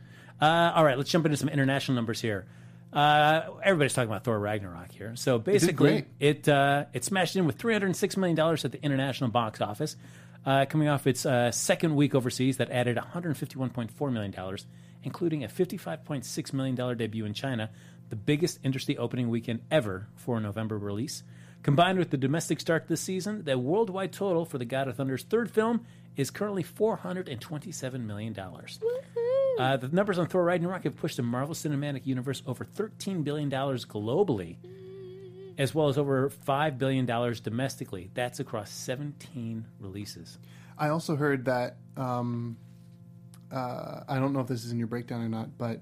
S1: Uh, all right, let's jump into some international numbers here. Uh, everybody's talking about Thor Ragnarok here. So basically,
S3: great.
S1: it uh, it smashed in with three hundred six million dollars at the international box office, uh, coming off its uh, second week overseas that added one hundred fifty one point four million dollars, including a fifty five point six million dollar debut in China, the biggest industry opening weekend ever for a November release. Combined with the domestic start this season, the worldwide total for the God of Thunder's third film is currently four hundred and twenty seven million dollars. Uh, the numbers on Thor Ragnarok have pushed the Marvel Cinematic Universe over $13 billion globally, as well as over $5 billion domestically. That's across 17 releases.
S3: I also heard that um, uh, I don't know if this is in your breakdown or not, but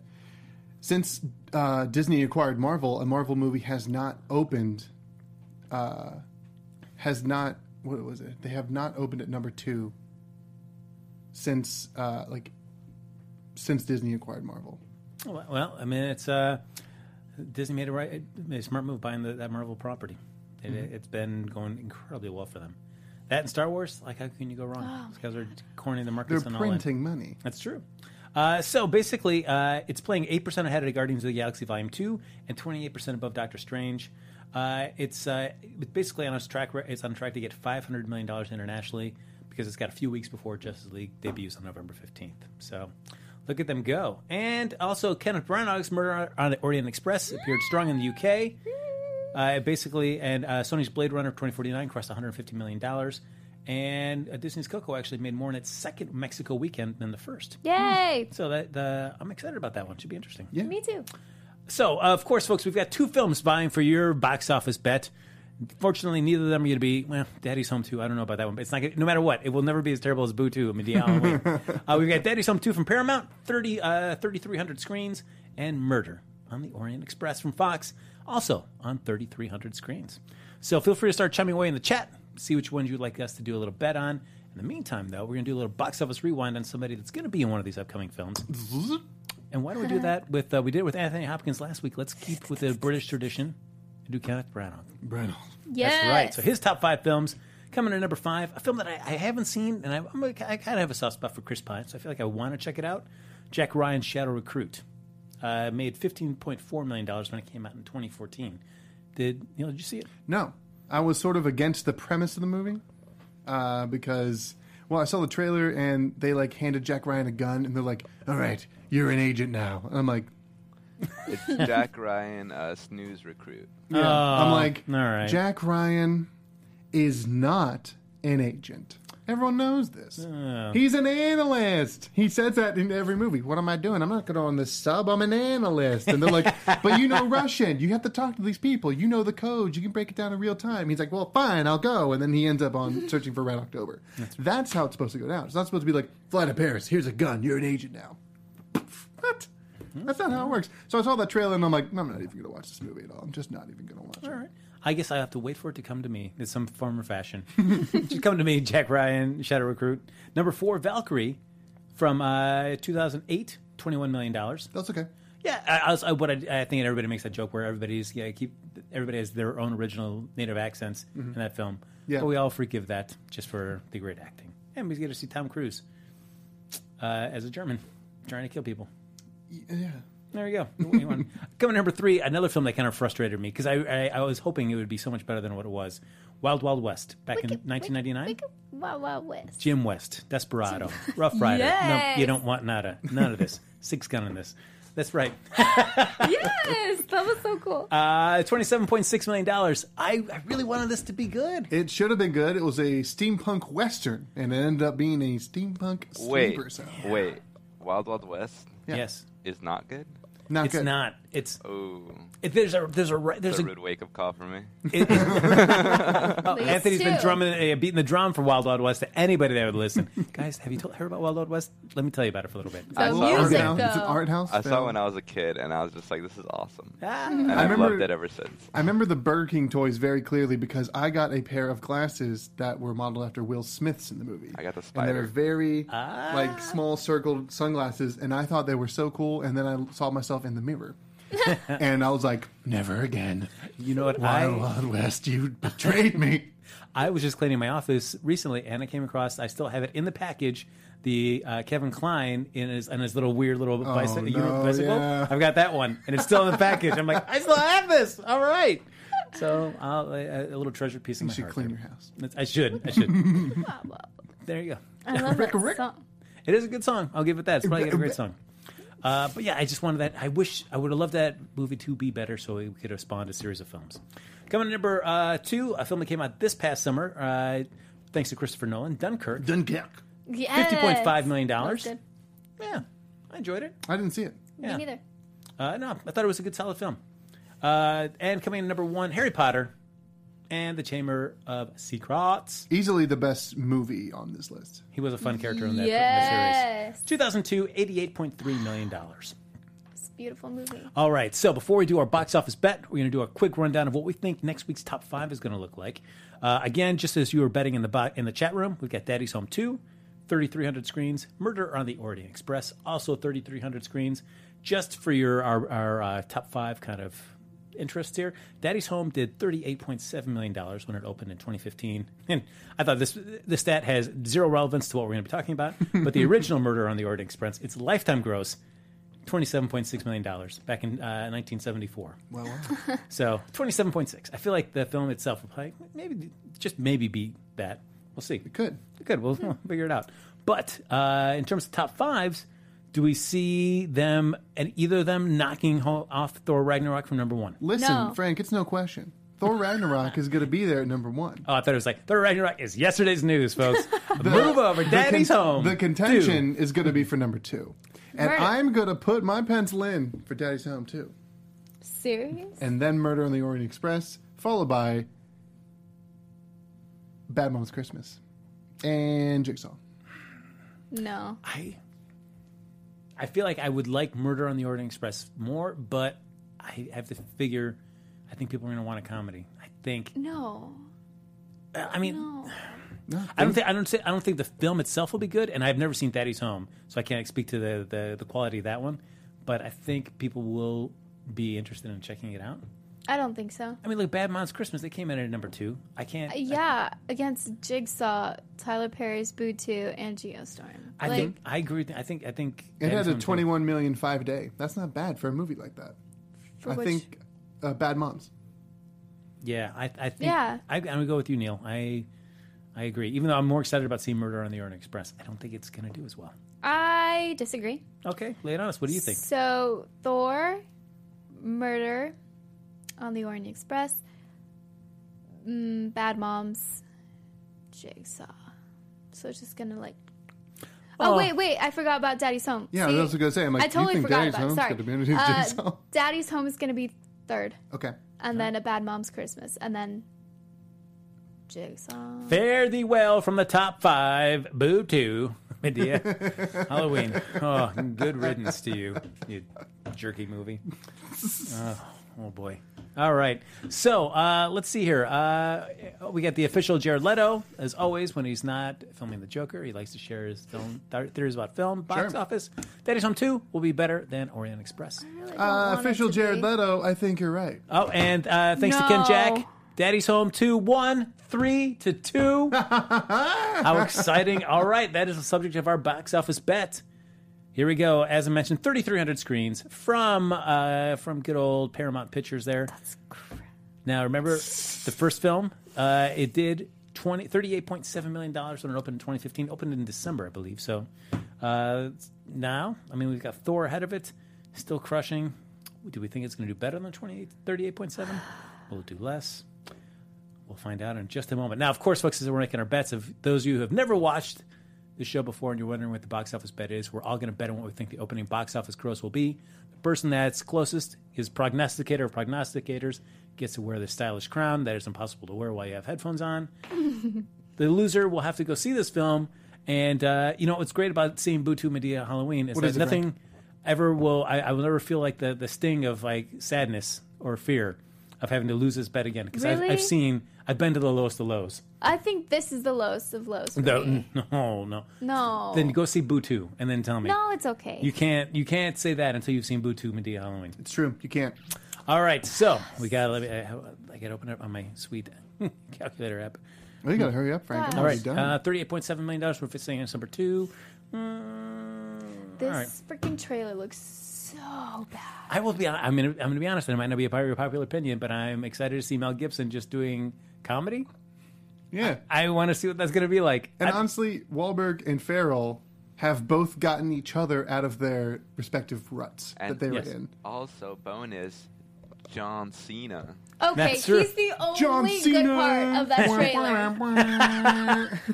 S3: since uh, Disney acquired Marvel, a Marvel movie has not opened. Uh, has not what was it? They have not opened at number two since uh, like since Disney acquired Marvel.
S1: Well, I mean, it's uh, Disney made a, Mm-hmm. right, it made a smart move buying the, that Marvel property. It, It's been going incredibly well for them. That and Star Wars, like how can you go wrong? These guys are cornering the
S3: They're
S1: markets and all that.
S3: printing money.
S1: That's true. Uh, so basically, uh, it's playing 8% ahead of Guardians of the Galaxy Volume 2 and 28% above Doctor Strange. Uh, it's uh, it's basically on its track. It's on track to get 500 million dollars internationally because it's got a few weeks before Justice League debuts on November 15th. So look at them go. And also, Kenneth Branagh's Murder on the Orient Express appeared strong in the UK. Uh, basically, and uh, Sony's Blade Runner 2049 crossed 150 million dollars, and uh, Disney's Coco actually made more in its second Mexico weekend than the first.
S4: Yay!
S1: So that the I'm excited about that one. Should be interesting.
S3: Yeah.
S4: Me too.
S1: So uh, of course, folks, we've got two films vying for your box office bet. Fortunately, neither of them are going to be. Well, Daddy's Home Two. I don't know about that one, but it's not. Gonna, no matter what, it will never be as terrible as Boo Two. I mean, the Halloween. uh, we've got Daddy's Home Two from Paramount, 30, uh, 3,300 screens, and Murder on the Orient Express from Fox, also on thirty three hundred screens. So feel free to start chiming away in the chat. See which ones you'd like us to do a little bet on. In the meantime, though, we're going to do a little box office rewind on somebody that's going to be in one of these upcoming films. And why do we do that with? Uh, we did it with Anthony Hopkins last week. Let's keep with the British tradition and do Kenneth Branagh.
S3: Brandon.
S4: Yes.
S1: That's right. So his top five films coming in at number five, a film that I, I haven't seen, and I, I'm a, I kind of have a soft spot for Chris Pine, so I feel like I want to check it out. Jack Ryan's Shadow Recruit uh, made 15.4 million dollars when it came out in 2014. Did you know? Did you see it?
S3: No, I was sort of against the premise of the movie uh, because, well, I saw the trailer and they like handed Jack Ryan a gun and they're like, "All right, you're an agent now." And I'm like,
S5: It's Jack Ryan, uh, snooze recruit.
S3: yeah. I'm like,
S1: Oh, all right.
S3: Jack Ryan is not an agent. Everyone knows this.
S1: Oh.
S3: He's an analyst. He says that in every movie. What am I doing? I'm not going on the sub. I'm an analyst. And they're like, but you know Russian. You have to talk to these people. You know the code. You can break it down in real time. He's like, well, fine, I'll go. And then he ends up on searching for Red October. That's, how it's supposed to go down. It's not supposed to be like, fly to Paris. Here's a gun. You're an agent now. What?
S1: Hmm.
S3: That's not how it works. So I saw that trailer and I'm like, I'm not even going to watch this movie at all. I'm just not even going to watch it.
S1: All right. I guess I have to wait for it to come to me in some form or fashion. Just come to me, Jack Ryan, Shadow Recruit. Number four, Valkyrie from uh, 2008, $21 million.
S3: That's okay.
S1: Yeah, I, I was, I, what I, I think everybody makes that joke where everybody's yeah keep everybody has their own original native accents in that film.
S3: Yeah.
S1: but we all forgive that just for the great acting. And we get to see Tom Cruise uh, as a German trying to kill people.
S3: Yeah.
S1: There we go. Coming to number three, another film that kind of frustrated me because I, I I was hoping it would be so much better than what it was. Wild Wild West back in
S4: Wicked,
S1: 1999.
S4: wicked, wicked Wild Wild West.
S1: Jim West, Desperado, Rough Rider.
S4: Yes.
S1: No, you don't want nada. None of this. Six gun in this. That's right.
S4: yes, that was so cool.
S1: Uh, twenty-seven point six million dollars. I, I really wanted this to be good.
S3: It should have been good. It was a steampunk western, and it ended up being a steampunk
S5: Wait,
S3: sleeper cell.
S5: wait. Wild Wild West
S1: Yes,
S5: is not good. Oh.
S3: Not
S1: it's
S3: good.
S1: not. It's
S5: Ooh,
S1: it, there's a there's a ri- there's
S5: it's
S1: a.
S5: a rude wake up call for me.
S1: It, it,
S4: Please
S1: Anthony's been
S4: do.
S1: drumming, uh, beating the drum for Wild Wild West to anybody that would listen. Guys, have you told, heard about Wild Wild West? Let me tell you about it for a little bit.
S4: The
S5: I saw
S3: Art
S5: it.
S4: music,
S3: house. It's an
S4: though.
S3: art house.
S5: I saw it
S3: film.
S5: when I was a kid, and I was just like, "This is awesome,"
S1: Ah.
S5: and
S3: I
S5: I've
S3: remember-
S5: loved it ever since.
S3: I remember the Burger King toys very clearly because I got a pair of glasses that were modeled after Will Smith's in the movie.
S5: I got the
S3: And they were
S5: spider.
S3: very like small circled sunglasses, and I thought they were so cool. And then I saw myself in the mirror, and I was like, "Never again,
S1: You know what?
S3: Wild
S1: I,
S3: Wild West, you betrayed me."
S1: I was just cleaning my office recently, and I came across. I still have it in the package. The uh, Kevin Klein in his and his little weird little bicycle.
S3: Oh, no,
S1: bicycle.
S3: yeah.
S1: I've got that one, and it's still in the package. I'm like, I still have this. All right. So I'll, uh, a, a little treasure piece in
S3: You
S1: my
S3: should
S1: heart
S3: clean
S1: there.
S3: your house.
S1: That's- I should. I should.
S4: Wild Wild West.
S1: there you go.
S4: I love that
S3: Rick.
S4: song.
S1: It is a good song. I'll give it that. It's probably got a great song. Uh, but yeah, I just wanted that. I wish I would have loved that movie to be better, so we could have spawned a series of films. Coming to number uh, two, a film that came out this past summer, uh, thanks to Christopher Nolan, Dunkirk.
S3: Dunkirk.
S4: Yes.
S1: Fifty point five million dollars.
S4: Good.
S1: Yeah, I enjoyed it.
S3: I didn't see it.
S1: Yeah.
S4: Me neither.
S1: Uh, no, I thought it was a good, solid film. Uh, and coming in at number one, Harry Potter and the Chamber of Secrets.
S3: Easily the best movie on this list.
S1: He was a fun character in that, in that series.
S4: Yes.
S1: 2002, 88.3 million dollars.
S4: It's a beautiful movie.
S1: All right. So before we do our box office bet, we're going to do a quick rundown of what we think next week's top five is going to look like. Uh, again, just as you were betting in the bo- in the chat room, we've got Daddy's Home 2, 3,300 screens, Murder on the Orient Express, also 3,300 screens, just for your our, our uh, top five kind of interests here. Daddy's Home did $38.7 million when it opened in 2015. And I thought this this stat has zero relevance to what we're going to be talking about. But the original Murder on the Orient Express, its lifetime gross, $27.6 million back in uh, 1974.
S3: Well,
S1: So 27.6. I feel like the film itself will probably maybe just maybe beat that. We'll see.
S3: good.
S1: Good. We'll, we'll figure it out. But uh, in terms of top fives, do we see them and either of them knocking ho- off Thor Ragnarok from number one?
S3: Listen,
S4: No.
S3: Frank, it's no question. Thor Ragnarok is going to be there at number one.
S1: Oh, I thought it was like Thor Ragnarok is yesterday's news, folks. Move over, Daddy's
S3: con-
S1: home.
S3: The contention is going to be for number two. And
S4: Murder.
S3: I'm going to put my pencil in for Daddy's Home, too.
S4: Serious?
S3: And then Murder on the Orient Express, followed by Bad Mom's Christmas and Jigsaw.
S4: No.
S1: I I feel like I would like Murder on the Orient Express more, but I have to figure. I think people are going to want a comedy. I think. Uh,
S4: No.
S1: I mean,
S4: No.
S1: I don't think I don't say, I don't think the film itself will be good, and I've never seen Daddy's Home, so I can't speak to the, the, the quality of that one. But I think people will be interested in checking it out.
S4: I don't think so.
S1: I mean, like Bad Moms Christmas, they came in at number two. I can't.
S4: Uh, Yeah, against Jigsaw, Tyler Perry's Boo2, and Geostorm.
S1: I,
S4: like,
S1: think I agree. With, I think I think
S3: It
S1: Daddy's
S3: had a
S1: Home-
S3: 21 million five day. That's not bad for a movie like that.
S4: for
S3: I
S4: which,
S3: think uh, Bad Moms.
S1: Yeah, I, I think.
S4: Yeah.
S1: I, I'm gonna go with you, Neil. I I agree. Even though I'm more excited about seeing Murder on the Orient Express, I don't think it's gonna do as well.
S4: I disagree.
S1: Okay, lay it on us. What do you think?
S4: So Thor, Murder on the Orient Express, mm, Bad Moms, Jigsaw. So it's just gonna like. Oh,
S1: Oh.
S4: wait, wait! I forgot about Daddy's Home.
S3: Yeah,
S4: See?
S3: I was also going to say, I'm like,
S4: I totally
S3: you think
S4: forgot
S3: Daddy's
S4: about. it.
S3: Home's
S4: Sorry,
S3: going to be in
S4: Uh,
S3: Jigsaw?
S4: Daddy's Home is gonna be third,
S3: Okay.
S4: and then a Bad Moms Christmas, and then Jigsaw.
S1: Fare thee well from the top five. Boo to Medea. Halloween. Oh, good riddance to you, you jerky movie. Oh, oh boy. All right. So uh, let's see here. Uh, we got the official Jared Leto, as always, when he's not filming The Joker. He likes to share his film th- theories about film, box
S3: Sure.
S1: office. Daddy's Home 2 will be better than Orient Express.
S4: I really don't
S3: Uh,
S4: want it
S3: official
S4: to
S3: Jared
S4: be.
S3: Leto, I think you're right.
S1: Oh, and uh, thanks to Ken Jack.
S4: No.
S1: Daddy's Home 2, 1, 3 to 2. How exciting. All right, that is the subject of our box office bet. Here we go. As I mentioned, 3,300 screens from uh, from good old Paramount Pictures there. Now, remember the first film? Uh, it did 20, $38.7 million when it opened in 2015. Opened in December, I believe. So uh, now, I mean, we've got Thor ahead of it, still crushing. Do we think it's going to do better than 28, 38.7? Will it do less? We'll find out in just a moment. Now, of course, folks, as we're making our bets, of those of you who have never watched the show before and you're wondering what the box office bet is, we're all going to bet on what we think the opening box office gross will be. The person that's closest, his prognosticator or prognosticators, gets to wear the stylish crown that is impossible to wear while you have headphones on. the loser will have to go see this film. And uh, you know what's great about seeing Butu Medea at Halloween is
S3: What
S1: that
S3: is it,
S1: nothing ever will I, I will never feel like the, the sting of like sadness or fear of having to lose this bet again because I've,
S4: Really?
S1: I've seen I've been to the lowest of lows.
S4: I think this is the lowest of lows. For
S1: No,
S4: me.
S1: no, no.
S4: No.
S1: Then go see Butu and then tell me.
S4: No, it's okay.
S1: You can't you can't say that until you've seen Butu Medea Halloween.
S3: It's true. You can't.
S1: All right, so we got to let me. I, I got to open up on my sweet calculator app.
S3: Well, you got to hurry up, Frank. I'm
S4: All
S1: All
S3: already
S1: right,
S3: done.
S1: uh, thirty-eight point seven million dollars for fixing us number two. Mm,
S4: this
S1: all right.
S4: freaking trailer looks so bad.
S1: I will be. I'm gonna. I'm gonna be honest. and It might not be a popular, popular opinion, but I'm excited to see Mel Gibson just doing comedy.
S3: yeah.
S1: I want to see what that's gonna be like.
S3: And
S1: I-
S3: honestly, Wahlberg and Farrell have both gotten each other out of their respective ruts
S5: And-
S3: that they
S1: Yes.
S3: were in.
S5: Also, bonus, John Cena.
S4: Okay,
S1: That's true.
S4: he's the only
S3: John
S4: Oh, good
S3: Cena.
S4: part of that trailer.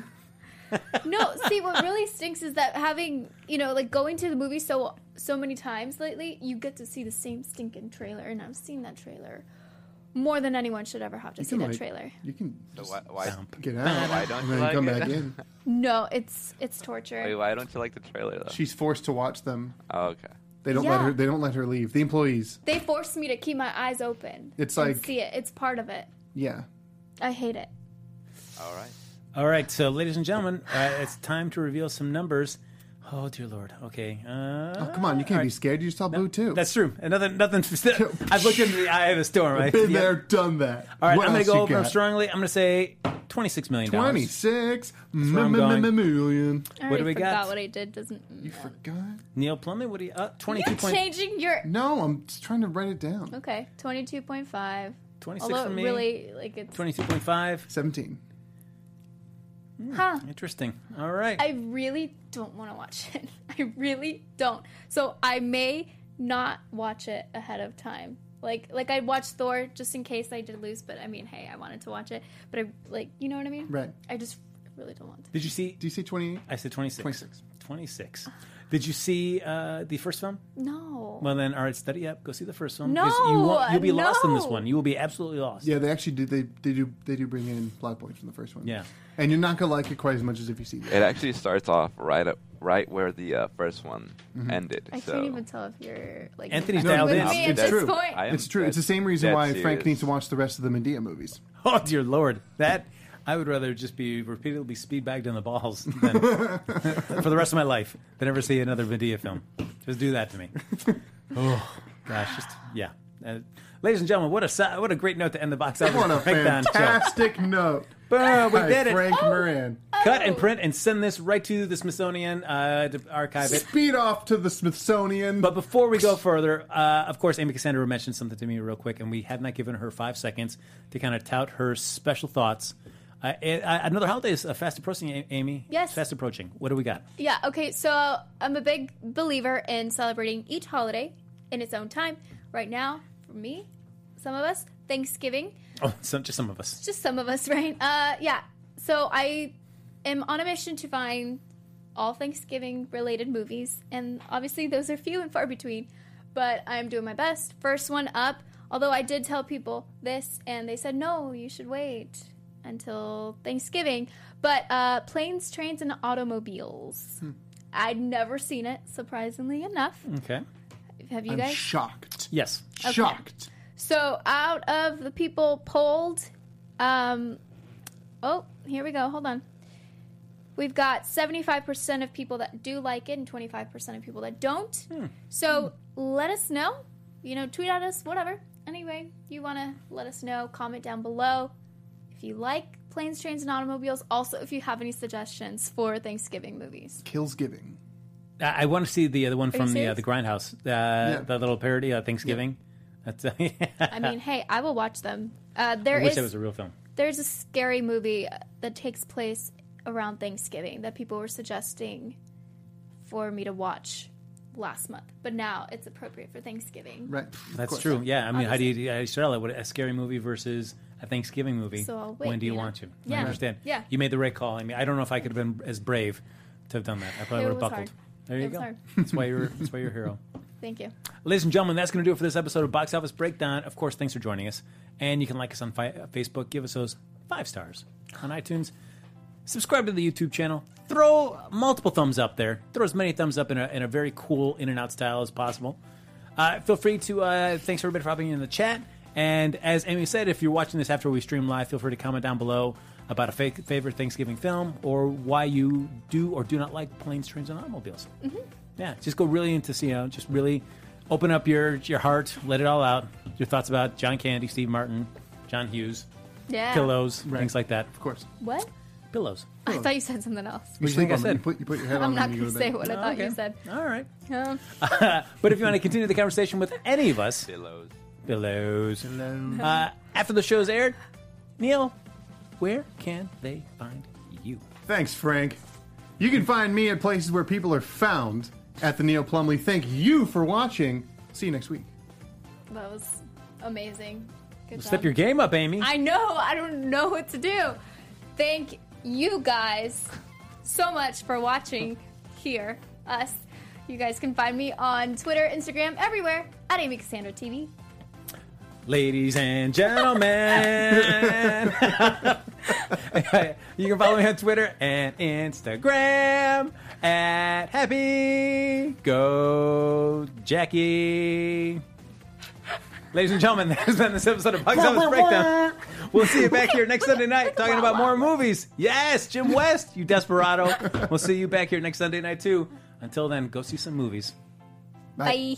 S4: no, see, what really stinks is that having you know, like going to the movie so so many times lately, you get to see the same stinking trailer, and I've seen that trailer more than anyone should ever have to see
S3: can,
S4: that
S3: like-
S4: trailer.
S3: You can
S5: So
S3: just
S5: why, why,
S3: get out
S5: Why don't
S3: and
S5: you
S3: then
S5: like
S3: come
S5: it?
S3: back in.
S4: No, it's it's
S5: wait,
S4: torture.
S5: why don't you like the trailer though?
S3: She's forced to watch them.
S5: oh, okay.
S3: They don't let
S4: Yeah.
S3: her. They don't let her leave. The employees.
S4: They forced me to keep my eyes open.
S3: It's
S4: and
S3: like-
S4: see it. It's part of it.
S3: Yeah.
S4: I hate it.
S5: All right.
S1: all right, so ladies and gentlemen, uh, it's time to reveal some numbers. Oh dear lord. Okay. Uh,
S3: Oh, come on, you can't be scared. You saw Blue too.
S1: That's true. And nothing. Nothing. I've looked into the eye of the storm. Right.
S3: been
S1: Yeah.
S3: there, done that.
S1: All right.
S3: What
S1: I'm gonna
S3: else
S1: go
S3: you
S1: over
S3: got?
S1: strongly. I'm gonna say twenty-six million dollars.
S3: Twenty-six
S1: where I'm
S3: m-
S1: going.
S3: m- m- million.
S4: I
S1: What do
S4: already
S1: we
S4: forgot
S1: got?
S4: what I did. Doesn't
S3: You forgot?
S1: Neil Plumley. What do you? Uh,
S4: you're
S1: Twenty-two point
S4: changing your
S3: No, I'm just trying to write it down.
S4: okay twenty two point five.
S1: twenty-six
S4: Although
S1: for me.
S4: really, like it's
S1: Twenty-two point five.
S3: Seventeen.
S4: huh.
S1: Interesting. All right.
S4: I really don't want to watch it. I really don't. So I may not watch it ahead of time. Like like I'd watch Thor just in case I did lose, but I mean, hey, I wanted to watch it, but I like you know what I mean?
S3: Right.
S4: I just really don't want to.
S1: Did you see?
S3: Do you see twenty-eight?
S1: I said twenty-six.
S3: 26.
S1: Twenty-six. Did you see uh, the first film?
S4: No.
S1: Well, then, all right, study up. Go see the first one.
S4: No,
S1: you won't, you'll be lost in this
S4: no.
S1: one. You will be absolutely lost.
S3: Yeah, they actually do. They, they do. They do bring in plot points from the first one.
S1: Yeah.
S3: and you're not gonna like it quite as much as if you see
S5: It
S3: that.
S5: actually starts off right up, right where the uh, first one ended.
S4: I
S5: so
S4: can't even tell if you're like
S1: Anthony's
S4: with
S1: dialed
S4: me
S1: in. It's
S4: at this
S5: true.
S4: point.
S5: I am
S3: It's true.
S5: dead-
S3: It's the same reason
S5: dead
S3: why Frank
S5: serious.
S3: needs to watch the rest of the Medea movies.
S1: Oh dear lord, that I would rather just be repeatedly speed bagged in the balls than, for the rest of my life than ever see another Medea film. Just do that to me. Oh gosh, just yeah. Uh, ladies and gentlemen, what a si- what a great note to end the box office
S3: What a
S1: breakdown show.
S3: fantastic note!
S1: Boom, we
S3: by
S1: did it. Oh.
S3: Frank Moran.
S1: Cut and print and send this right to the Smithsonian uh, to archive it.
S3: Speed off to the Smithsonian.
S1: But before we go further, uh, of course, Amy Cassandra mentioned something to me real quick, and we have not given her five seconds to kind of tout her special thoughts. Uh, it, uh, another holiday is uh, fast approaching, A- Amy.
S4: Yes.
S1: Fast approaching. What do we got?
S4: Yeah, okay, so I'm a big believer in celebrating each holiday in its own time. Right now, for me, some of us, Thanksgiving,
S1: Oh, some, just some of us.
S4: just some of us, right? Uh, yeah. So I am on a mission to find all Thanksgiving related movies, and obviously those are few and far between, but I'm doing my best. First one up, although I did tell people this, and they said, no, you should wait until Thanksgiving. But uh, Planes, Trains, and Automobiles. I'd never seen it, surprisingly enough.
S1: Okay.
S4: Have you
S3: I'm
S4: guys?
S3: shocked.
S1: Yes.
S3: Shocked.
S4: So out of the people polled, um, oh, here we go. Hold on. We've got 75% of people that do like it and 25% of people that don't.
S1: Hmm.
S4: So let us know. You know, tweet at us, whatever. Anyway, you want to let us know, comment down below if you like planes, trains, and automobiles. Also, if you have any suggestions for Thanksgiving movies.
S3: Kills giving.
S1: I, I want to see the other one
S4: you
S1: from the uh,
S4: serious?
S1: the Grindhouse, uh, the little parody of Thanksgiving. That's, uh,
S4: I mean, hey, I will watch them. Uh,
S1: I
S4: there
S1: wish
S4: is-
S1: that was a real film.
S4: there's a scary movie that takes place around Thanksgiving that people were suggesting for me to watch last month, but now it's appropriate for Thanksgiving.
S3: Right. Of
S1: That's
S3: course.
S1: true. Yeah. I mean, how do you, how do you sell it? What, a scary movie versus a Thanksgiving movie.
S4: So I'll wait,
S1: when do you
S4: you know?
S1: want to?
S4: Yeah.
S1: I understand.
S4: Yeah.
S1: You made the right call. I mean, I don't know if I could have been as brave to have done that. I probably
S4: It
S1: would have
S4: was
S1: buckled.
S4: hard.
S1: There you
S4: It was
S1: go.
S4: hard.
S1: That's why you're. That's why you're a hero.
S4: Thank you.
S1: Ladies and gentlemen, that's going to do it for this episode of Box Office Breakdown. Of course, thanks for joining us. And you can like us on fi- Facebook, give us those five stars on iTunes, subscribe to the YouTube channel, throw multiple thumbs up there, throw as many thumbs up in a, in a very cool in and out style as possible. Uh, feel free to, uh, thanks everybody for hopping in the chat. And as Amy said, if you're watching this after we stream live, feel free to comment down below about a fa- favorite Thanksgiving film or why you do or do not like planes, trains, and automobiles. Yeah, just go really into you know, just really open up your your heart, let it all out. Your thoughts about John Candy, Steve Martin, John Hughes,
S4: Yeah.
S1: pillows, things like that.
S3: Of course.
S4: What?
S1: Pillows.
S4: I thought you said something else.
S1: do you
S3: You sleep
S1: think I
S3: on them.
S1: said?
S3: You put, you put your head
S4: I'm
S3: on them
S4: not
S3: and you
S4: going
S3: go
S4: to
S3: to bed.
S4: say what I thought
S1: Okay.
S4: you said.
S1: All right.
S4: Um,
S1: But if you want to continue the conversation with any of us,
S5: Pillows.
S1: pillows.
S3: Hello.
S1: Uh, after the show's aired, Neil, where can they find you?
S3: Thanks, Frank. You can find me at places where people are found at the Neil Plumley. Thank you for watching. See you next week.
S4: that was amazing. Good
S1: Step
S4: job.
S1: your game up, Amy.
S4: I know. I don't know what to do. Thank you guys so much for watching here, us. You guys can find me on Twitter, Instagram, everywhere at Amy Cassandra TV.
S1: Ladies and gentlemen, you can follow me on Twitter and Instagram at Happy Go Jackie. Ladies and gentlemen, that has been this episode of Bugs Office Breakdown. We'll see you back here next Sunday night talking about more movies. Yes, Jim West, you desperado. We'll see you back here next Sunday night too. Until then, go see some movies.
S4: Bye.